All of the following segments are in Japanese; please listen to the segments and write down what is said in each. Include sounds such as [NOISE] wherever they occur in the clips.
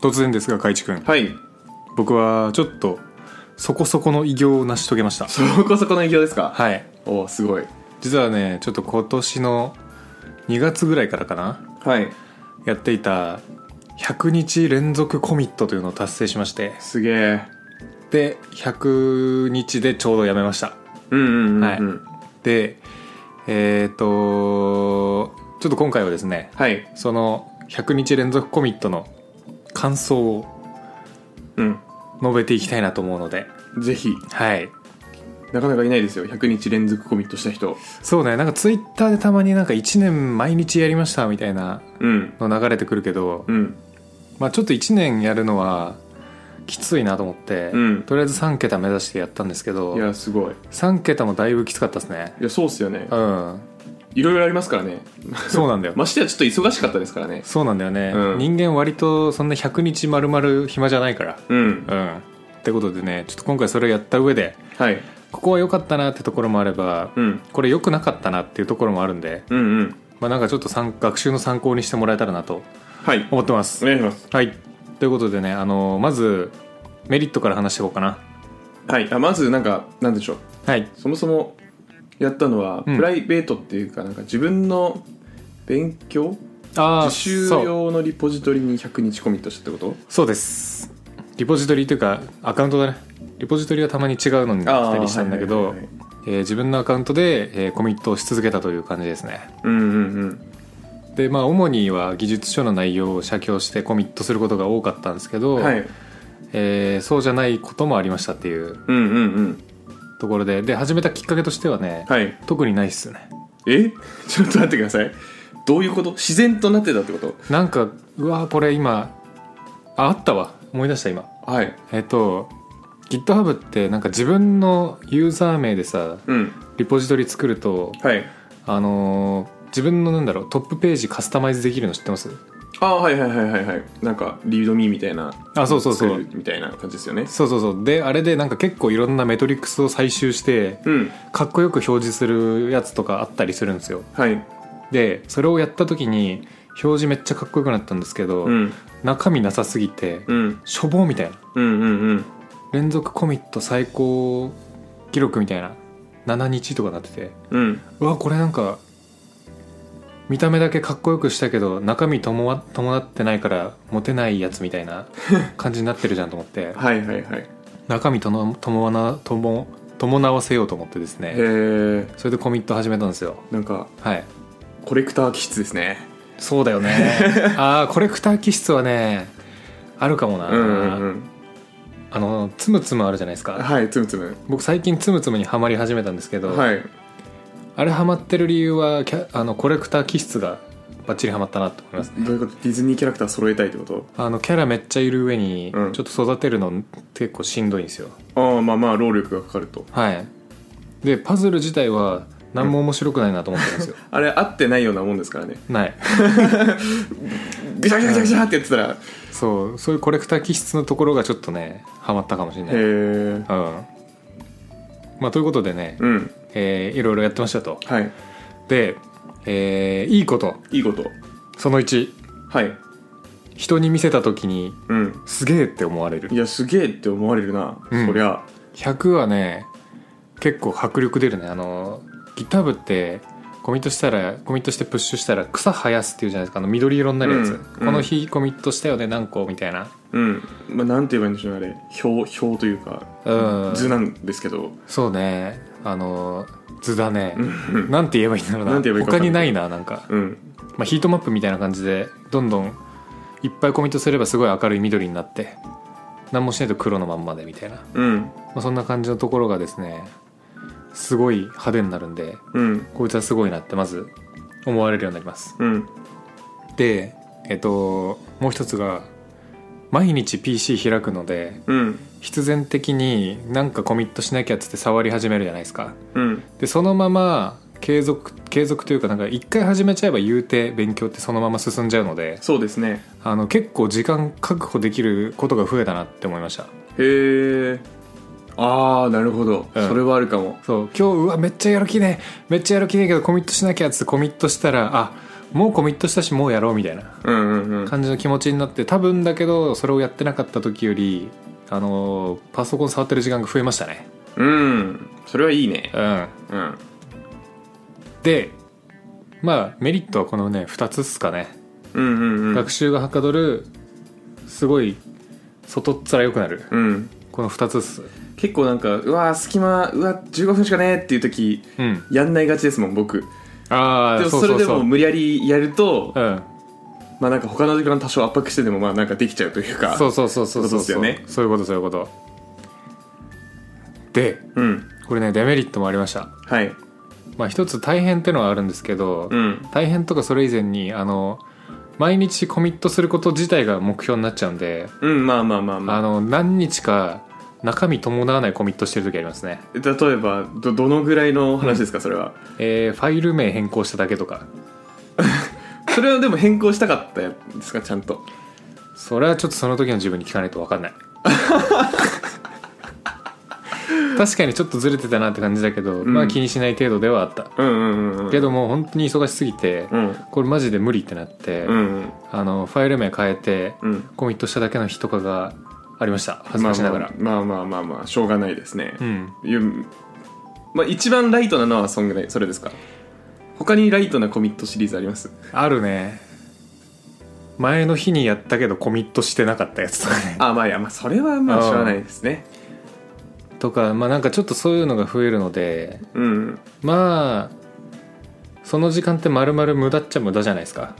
突然ですが海地君はい僕はちょっとそこそこの偉業を成し遂げましたそこそこの偉業ですかはいおおすごい実はねちょっと今年の2月ぐらいからかなはいやっていた100日連続コミットというのを達成しましてすげえで100日でちょうどやめましたうんうんうん、うん、はいでえっ、とちょっと今回はですねはいその100日連続コミットの感想をうん述べていきたいなと思うのでぜひはいなかなかいないですよ100日連続コミットした人そうねなんかツイッターでたまになんか1年毎日やりましたみたいなうんの流れてくるけど、うんまあ、ちょっと1年やるのはきついなと思って、うんとりあえず3桁目指してやったんですけいどやすごい3桁もだいぶきつかったですねいやそうっすよねうんいろいろありますからねそうなんだよ [LAUGHS] ましてやちょっと忙しかったですからねそうなんだよね、うん人間割とそんな100日丸々暇じゃないからうんうんってことでねちょっと今回それをやった上ではいここは良かったなってところもあれば、うんこれ良くなかったなっていうところもあるんで、うんうんまあ、なんかちょっと参学習の参考にしてもらえたらなとはい思ってまおす願いしますはいということでねあのまずメリットから話していこうかなはいあまずなんかなんでしょうはいそもそもやったのは、うんプライベートっていうかなんか自分の勉強あー自習そう用のリポジトリに100日コミットしたってことそうですリポジトリというかアカウントだねリポジトリはたまに違うのに来たりしたんだけあーはどいはいはいはいえー自分のアカウントで、えーコミットをし続けたという感じですねうんうんうんでまあ主には技術書の内容を写経してコミットすることが多かったんですけど、はいえーそうじゃないこともありましたっていううんうんうんところでで始めたきっかけとしてはね、はい特にないっすねえ [LAUGHS] ちょっと待ってくださいどういうこと自然となってたってことなんかうわーこれ今ああったわ思い出した今はいえっと GitHub ってなんか自分のユーザー名でさうんリポジトリ作るとはいあのー自分のなんだろうトップページカスタマイズできるの知ってますああはいはいはいはいはいなんかリードミーみたいなあそうそうそう作るみたいな感じですよねそうそうそうであれでなんか結構いろんなメトリックスを採集してうんかっこよく表示するやつとかあったりするんですよはいでそれをやった時に表示めっちゃかっこよくなったんですけど、うん中身なさすぎて、うんしょぼみたいなうんうんうん連続コミット最高記録みたいな7日とかなっててうんうわこれなんか見た目だけかっこよくしたけど中身ともわ伴ってないからモテないやつみたい [LAUGHS] な感じになってるじゃんと思ってはいはいはいへ中身との伴わなとも伴わせようと思ってですねえそれでコミット始めたんですよなんかはいコレクター気質ですねそうだよ [LAUGHS] ねああコレクター気質はねあるかもな、うんうんうんあのつむつむあるじゃないですかはいつむつむ僕最近つむつむにはまり始めたんですけど、はいあれハマってる理由はキャあのコレクター気質がバッチリハマったなと思いますねどういうことディズニーキャラクター揃えたいってことあのキャラめっちゃいる上に、うんちょっと育てるの結構しんどいんですよああまあまあ労力がかかるとはいでパズル自体は何も面白くないなと思ってるんですよ、あれ合ってないようなもんですからねないぐしゃぐしゃぐしゃぐしゃってやってたらへそうそういうコレクター気質のところがちょっとねハマったかもしれないうんえまあということでね、うんえーいろいろやってましたとはいで、えーいいこといいことその1はい人に見せた時にうんすげえって思われるいやすげえって思われるな、うんそりゃ100はね結構迫力出るねあの GitHub ってコミットしたらコミットしてプッシュしたら草生やすっていうじゃないですかあの緑色になるやつ、うんこの日コミットしたよね何個みたいなうん、まあ、なんて言えばいいんでしょうねあれ表表というかうん図なんですけどそうねあの図だね、うんなんて言えばいいんだろうななんて言えばいいか他分かにんなないいななんか、うんまあ、ヒートマップみたいな感じでどんどんいっぱいコミットすればすごい明るい緑になって何もしないと黒のまんまでみたいな、まうんあ、そんな感じのところがですねすごい派手になるんでうんこいつはすごいなってまず思われるようになりますうんでえっともう一つが毎日 PC 開くのでうん必然的になんかコミットしなきゃっつって触り始めるじゃないですかうんでそのまま継続継続というかなんか一回始めちゃえば言うて勉強ってそのまま進んじゃうのでそうですねあの結構時間確保できることが増えたなって思いましたへえああなるほど、うんそれはあるかもそう今日うわめっちゃやる気ねめっちゃやる気ねえけどコミットしなきゃっつってコミットしたらあもうコミットしたしもうやろうみたいなうんうん [LAUGHS] うん感じの気持ちになって多分だけどそれをやってなかった時よりあのパソコン触ってる時間が増えましたねうんそれはいいねうんうんでまあメリットはこのね2つっすかね、うんうんうん学習がはかどるすごい外っ面良くなるうんこの2つっす結構なんかうわー隙間うわ15分しかねーっていう時うんやんないがちですもん僕あであもそうそそれうでそうも無理やりやるとうんまあなんか他の時間多少圧迫してでもまあなんかできちゃうというかそうそうそうそうそうそう、ってことですよねそういうことそういうことでうんこれねデメリットもありましたはいまあ一つ大変ってのはあるんですけど、うん大変とかそれ以前にあの毎日コミットすること自体が目標になっちゃうんで、うんまあまあまああまあの何日か中身伴わないコミットしてる時ありますね、例えばどどのぐらいの話ですかそれはえーファイル名変更しただけとかそれはでも変更したかったやつですかちゃんとそれはちょっとその時の自分に聞かないと分かん [LAUGHS] ない確かにちょっとずれてたなって感じだけど、んまあ気にしない程度ではあったうんうんうんうんけどもう本当に忙しすぎて、うんこれマジで無理ってなって、うんあのファイル名変えて、うんコミットしただけの日とかがありました恥ずかしながら、まあまあまあまあまあしょうがないですねうんいうまあ一番ライトなのはそんぐらいそれですか他にライトなコミットシリーズありますあるね前の日にやったけどコミットしてなかったやつとか [LAUGHS] ねあまあいやまあそれはまあしょうがないですねとかまあなんかちょっとそういうのが増えるのでうんまあその時間ってまるまる無駄っちゃ無駄じゃないですか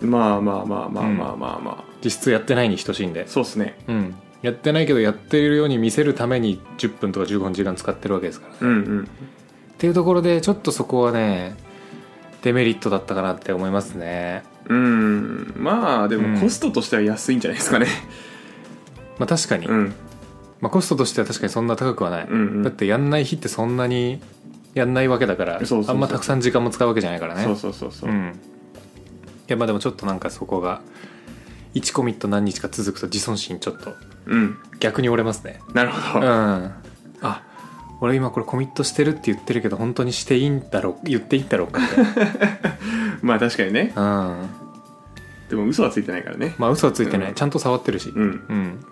まあまあまあまあまあまあまあ実質やってないに等しいんでそうっすねうんやってないけどやっているように見せるために10分とか15分時間使ってるわけですからねうんうんっていうところでちょっとそこはねデメリットだったかなって思いますねうんまあでうんもコストとしては安いんじゃないですかねまあ確かに、うんまあ、コストとしては確かにそんな高くはない、うんうんだってやんない日ってそんなにやんないわけだからそうそうそうあんまたくさん時間も使うわけじゃないからねそうそうそうそううんいやまあでもちょっとなんかそこが1コミット何日か続くと自尊心ちょっとうん逆に折れますねなるうほんどあ俺今これコミットしてるって言ってるけど本当にしていいんだろう言っていいんだろうか [LAUGHS] みたいまあ確かにねなうんでも嘘はついてないからねまあ嘘はついてない、うんちゃんと触ってるしうん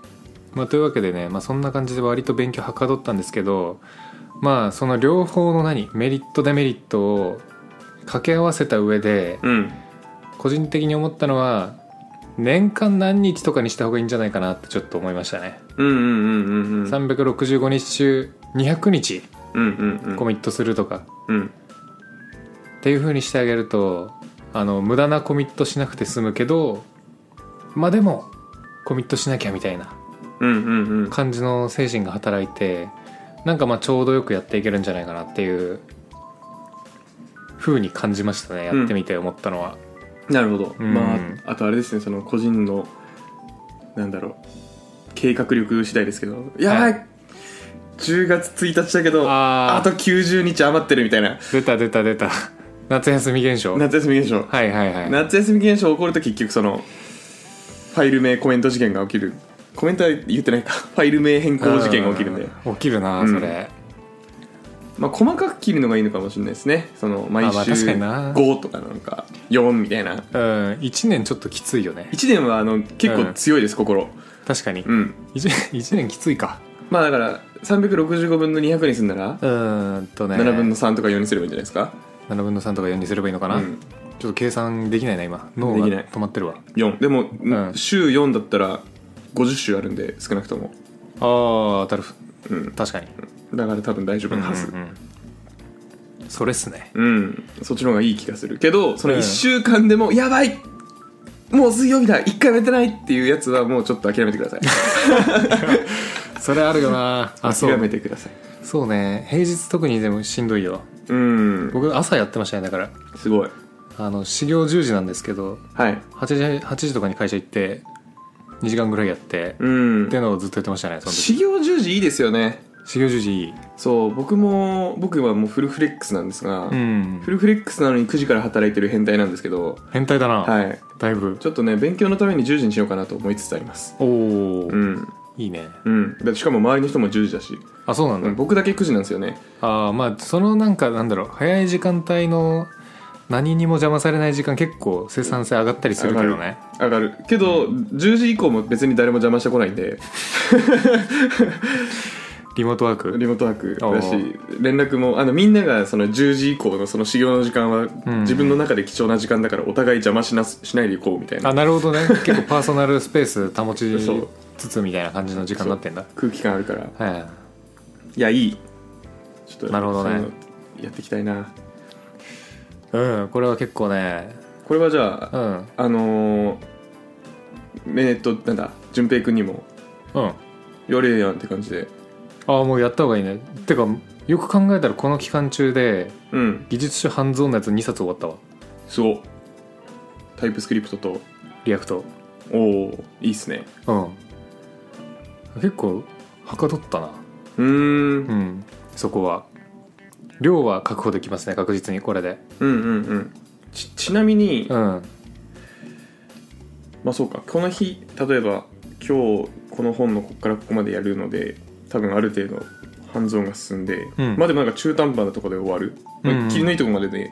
まあ、というわけでね、まあ、そんな感じで割と勉強はかどったんですけどまあその両方の何メリットデメリットを掛け合わせた上でうん個人的に思ったのは年間何日とかにした方がいいんじゃないかなってちょっと思いましたね、うんうんうんうんうんうん365日中200日うんうんコミットするとかうんっていう風にしてあげるとあの無駄なコミットしなくて済むけどまあでもコミットしなきゃみたいなうんうんうん感じの精神が働いてなんかまあちょうどよくやっていけるんじゃないかなっていう風に感じましたねやってみて思ったのは、なるほど、うんまああとあれですねその個人のなんだろう計画力次第ですけどやばい、は10月1日だけどあーあと90日余ってるみたいな出た出た出た [LAUGHS] 夏休み現象はい夏休み現象、はいはい夏休み現象起こると結局そのファイル名コメント事件が起きるコメントは言ってないか [LAUGHS] ファイル名変更事件が起きるんでうん起きるなうんそれ、まあ細かく切るのがいいのかもしれないですねその毎あまあ週確かにな5とかなんか4みたいなうん1年ちょっときついよね1年はあの結構強いです、心確かに、うん一 1, 年きついかまあだから365分の200にするならうーんとね7分の3とか4にすればいいんじゃないですか7分の3とか4にすればいいのかな、うんちょっと計算できないな今脳でがきない止まってるわ4でも、ん週4だったら50週あるんで少なくともあー当たる、うん確かに、だから多分大丈夫なはずうんうんうんそれっすねうん、そっちの方がいい気がするけどそのうん1週間でもやばいもう水曜日だ1回もやってないっていうやつはもうちょっと諦めてくださいそれあるよ [LAUGHS] な [LAUGHS] あそ諦めうてくださいそうね平日特にでもしんどいようん僕朝やってましたねだからすごいあの始業10時なんですけどはい8時 ,8 時とかに会社行って2時間ぐらいやって、っうんていうのをずっとやってましたねその時始業10時いいですよね始業10時いいそう僕も僕はもうフルフレックスなんですが、うんフルフレックスなのに9時から働いてる変態なんですけど変態だな、はいだいぶちょっとね勉強のために10時にしようかなと思いつつありますおお、うんいいねうんだってしかも周りの人も10時だし、あそうなんだ、僕だけ9時なんですよねああまあそのなんかなんだろう早い時間帯の何にも邪魔されない時間結構生産性上がったりするけどね上がるけど、10時以降も別に誰も邪魔してこないんでリモートワークリモートワークだし連絡もあのみんながその10時以降のその修行の時間はん自分の中で貴重な時間だからお互い邪魔しなしないでいこうみたいなあなるほどね [LAUGHS] 結構パーソナルスペース保ちそうつつみたいな感じの時間になってんだ空気感あるからはいやいいちょっとなるほどねそういうのやっていきたいないうんこれは結構ねこれはじゃうあんあのーえーっとなんだ淳平君にもうんあやれやんって感じであもうやった方がいいねてかよく考えたらこの期間中でうん技術書ハンズオンのやつ2冊終わったわすごっタイプスクリプトとリアクトおおいいっすねうん結構はかどったなうーんうんそこは量は確保できますね確実にこれでうんうんうんちちなみに、うんまあそうかこの日例えば今日この本のここからここまでやるので多分ある程度ハンズオンが進んで、うんまあでもなんか中途半端なところで終わる、まあうんうん切りのいいところまでで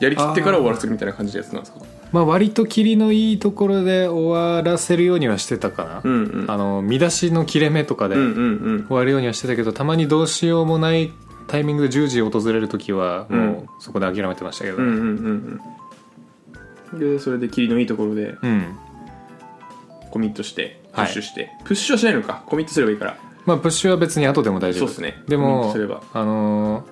やりきってから終わらせるみたいな感じのやつなんですかまあ割と切りのいいところで終わらせるようにはしてたかな、うんうんあの見出しの切れ目とかでうん終うんうんわるようにはしてたけど、たまにどうしようもないタイミングで10時訪れる時はうんもうそこで諦めてましたけどうんねうんうんうんでそれで切りのいいところでうん、コミットしてプはいッシュして、プッシュはしないのかコミットすればいいからまあプッシュは別に後でも大丈そう夫ですねでコミットもすればあの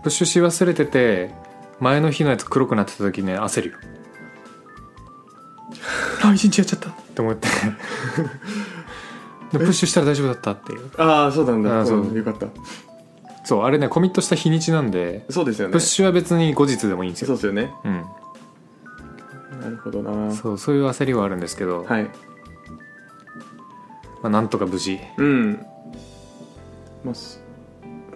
ープッシュし忘れてて前の日のやつ黒くなってた時ね焦 [LAUGHS] るよあ一日やっちゃったって思ってでプッシュしたら大丈夫だったっていうああそうなんだあーそううんよかったそうあれねコミットした日にちなんでそうですよねプッシュは別に後日でもいいんですそようですよねうんなるほどなそうそういう焦りはあるんですけど、まはいあ、なんとか無事うんまあす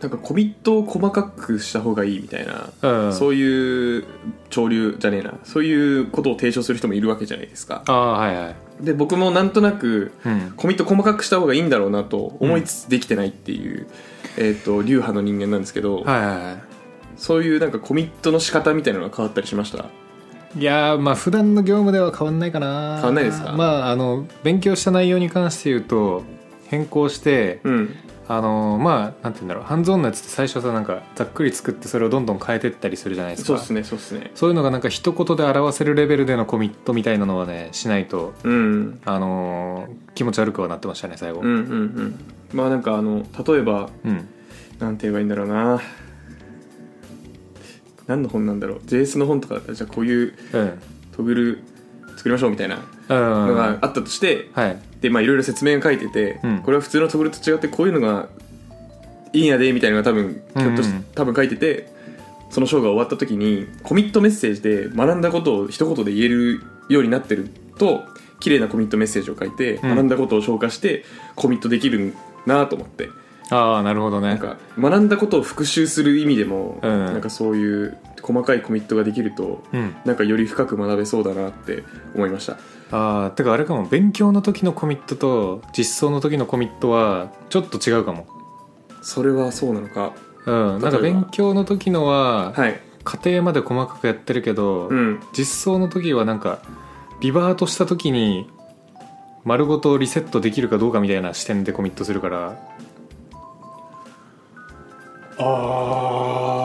なんかコミットを細かくした方がいいみたいな、うんそういう潮流じゃねえなそういうことを提唱する人もいるわけじゃないですかああはいはいで僕もなんとなくうんコミット細かくした方がいいんだろうなと思いつつできてないっていう、えー、と流派の人間なんですけはど、いはいはそういうなんかコミットの仕方みたいなのが変わったりしましたいいやーまあ普段の業務では変わんないかな変わんないですかまああの勉強した内容に関して言うと変更して、うんあのまあなんて言うんだろうハンズオンのやつって最初さなんかざっくり作ってそれをどんどん変えてったりするじゃないですかそうですねそうですねそういうのがなんか一言で表せるレベルでのコミットみたいなのはねしないとうんあのー気持ち悪くはなってましたね最後うんうんうんまあなんかあの例えばうんなんて言えばいいんだろうな何の本なんだろう JS の本とかだったらじゃあこういううんトグル作りましょうみたいなうんのがあったとして、はいでまあいろいろ説明が書いてて、うんこれは普通のトグルと違ってこういうのがいいんやでみたいなのが多分ひょっとしうんうん多分書いててその章が終わった時にコミットメッセージで学んだことを一言で言えるようになってると綺麗なコミットメッセージを書いて、ん学んだことを消化してコミットできるなと思って。ああなるほどねなんか学んだことを復習する意味でも、うんなんかそういう細かいコミットができると、うんなんかより深く学べそうだなって思いましたああてかあれかも勉強の時のコミットと実装の時のコミットはちょっと違うかもそれはそうなのかうんなん例えばか勉強の時のははい家庭まで細かくやってるけど、うん実装の時はなんかリバートした時に丸ごとリセットできるかどうかみたいな視点でコミットするから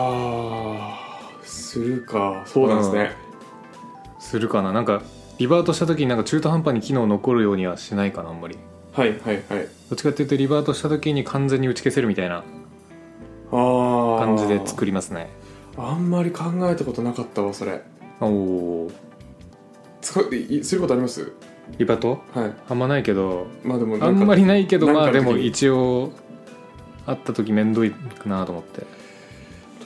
ああするかそうなんですね、するかななんかリバートした時になんか中途半端に機能残るようにはしないかなあんまりはいはいはいどっちかっていうとリバートした時に完全に打ち消せるみたいなああ感じで作りますねあんまり考えたことなかったわそれおおー使ういすることありますリバートはいあんまないけどまあでもなあかんまりないけどなんかまあでも時に一応会った時面倒いかなと思って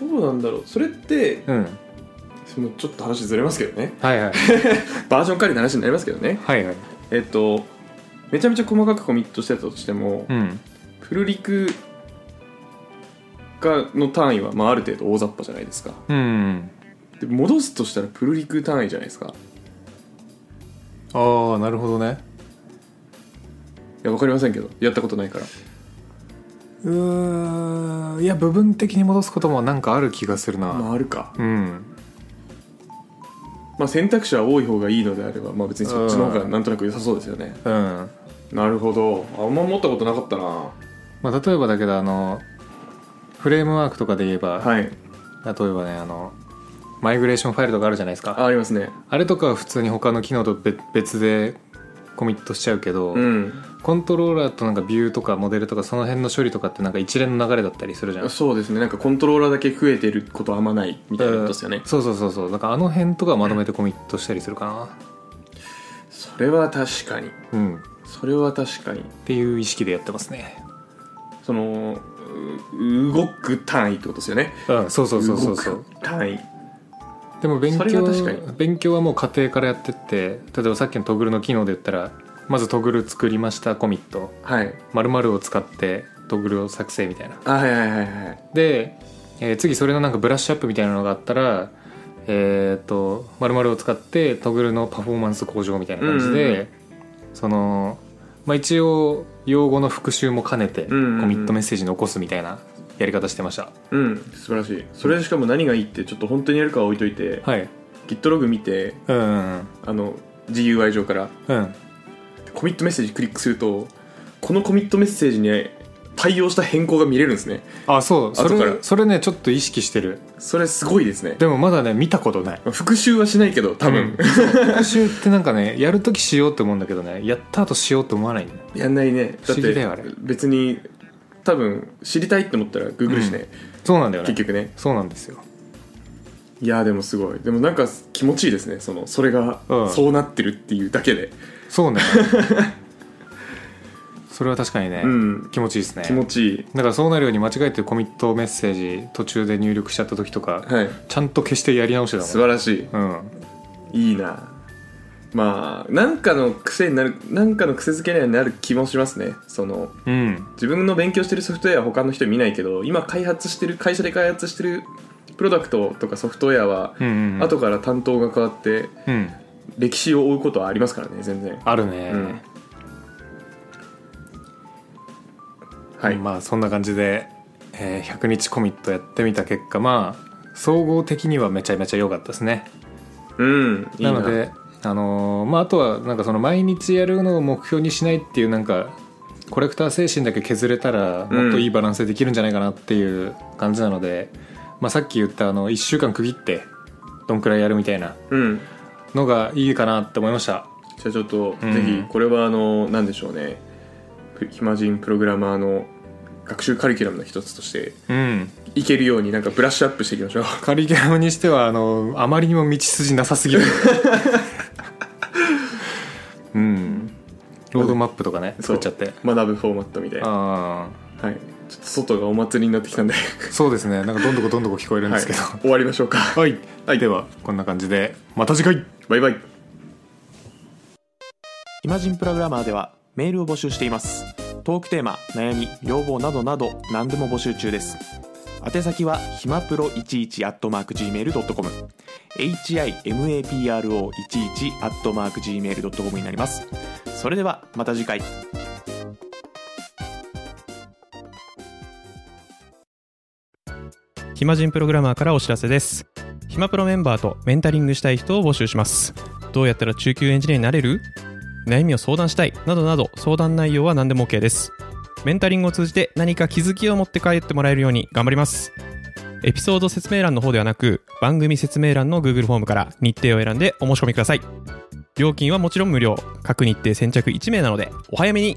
どうなんだろうそれってうんそのちょっと話ずれますけどねはいはいバージョン管理の話になりますけどねはいはいえっとめちゃめちゃ細かくコミットしてたとしても、うんプルリクがの単位は、まあ、ある程度大雑把じゃないですかうんで戻すとしたらプルリク単位じゃないですかああなるほどねいやわかりませんけどやったことないからうーんいや部分的に戻すこともなんかある気がするな、まああるかうんまあ、選択肢は多い方がいいのであれば、まあ、別にそっちの方がうんなんとなく良さそうですよね、うんなるほどあんま思ったことなかったなまあ、例えばだけどあのフレームワークとかで言えば、はい例えばねあのマイグレーションファイルとかあるじゃないですかあありますねあれとかは普通に他の機能と別別でコミットしちゃうけど、うんコントローラーとなんかビューとかモデルとかその辺の処理とかってなんか一連の流れだったりするじゃんそうですねなんかコントローラーだけ増えてることはあんまないみたいなことですよね、うんそうそうそうそうだからあの辺とかまとめてコミットしたりするかそれは確かになうんっそれは確かにていう意識でやってますねそのう動く単位ってことですよねうんそうそうそうそうそう動く単位でも勉それ強は確かに勉強はもう家庭からやってって例えばさっきのトグルの機能で言ったらまずトグル作りましたコミットはい〇〇を使ってトグルを作成みたいなあはいはいはいはいで、えー次それのなんかブラッシュアップみたいなのがあったらえっ、と〇〇を使ってトグルのパフォーマンス向上みたいな感じで、うんうんうんその、まあ、一応用語の復習も兼ねてコんうんうんミットメッセージ残すみたいなやり方してました、うん素晴らしいそれでしかも何がいいってちょっと本当にやるかは置いといて、はい Git ログ見てうんうんあの GUI 上からうんうんコミットメッセージクリックするとこのコミットメッセージに対応した変更が見れるんですねあそうそ後かられそれねちょっと意識してるそれすごいですねでもまだね見たことない復習はしないけど多分、そう復習ってなんかねやるときしようって思うんだけどねやった後しようって思わないんだよ [LAUGHS] やんないね不思議だよあれ別に多分知りたいって思ったらグーグルしね、そうなんだよね結局ねそうなんですよいやーでもすごいでもなんか気持ちいいですねそのそれがうんそうなってるっていうだけで、そうね [LAUGHS] それは確かにね、うん気持ちいいですね気持ちいいだからそうなるように間違えてコミットメッセージ途中で入力しちゃった時とか、はいちゃんと消してやり直してた素も晴らしんうんいいいなまあなんかの癖になるなんかの癖づけにはなる気もしますねそのうん自分の勉強してるソフトウェアは他の人見ないけど今開発してる会社で開発してるプロダクトとかソフトウェアは、うんうんうん後から担当が変わってうん歴史を追うことはありますからね全然あるね、うんはい、まあそんな感じで、えー100日コミットやってみた結果まあ総合的にはめちゃめちゃ良かったですねうんいいなのであのーまあ、あとはなんかその毎日やるのを目標にしないっていうなんかコレクター精神だけ削れたらうんもっといいバランスでできるんじゃないかなっていう感じなので、まあ、さっき言ったあの1週間区切ってどんくらいやるみたいなうんのがいいかなって思いましたじゃあちょっと、うんぜひこれはあの何でしょうねふ暇人プログラマーの学習カリキュラムの一つとしてうんいけるようになんかブラッシュアップしていきましょう [LAUGHS] カリキュラムにしてはあのあまりにも道筋なさすぎ [LAUGHS] るうんロードマップとかねそ作うっちゃって学ぶフォーマットみたいなはあいちょっと外がお祭りになってきたんであそうですねなんかどんどこどんどこ聞こえるんはですいけど、終わりましょうかはい、はいではこんな感じでまた次回バイバイイマジンプログラマーではメールを募集していますトークテーマ悩み要望などなど何でも募集中です宛先はひまプロ11 at mark gmail.com himapro11 at mark gmail.com になりますそれではまた次回暇人プログラマーからお知らせです暇プロメンバーとメンタリングしたい人を募集しますどうやったら中級エンジニアになれる悩みを相談したいなどなど相談内容は何でも OK ですメンタリングを通じて何か気づきを持って帰ってもらえるように頑張りますエピソード説明欄の方ではなく番組説明欄の Google フォームから日程を選んでお申し込みください料金はもちろん無料各日程先着1名なのでお早めに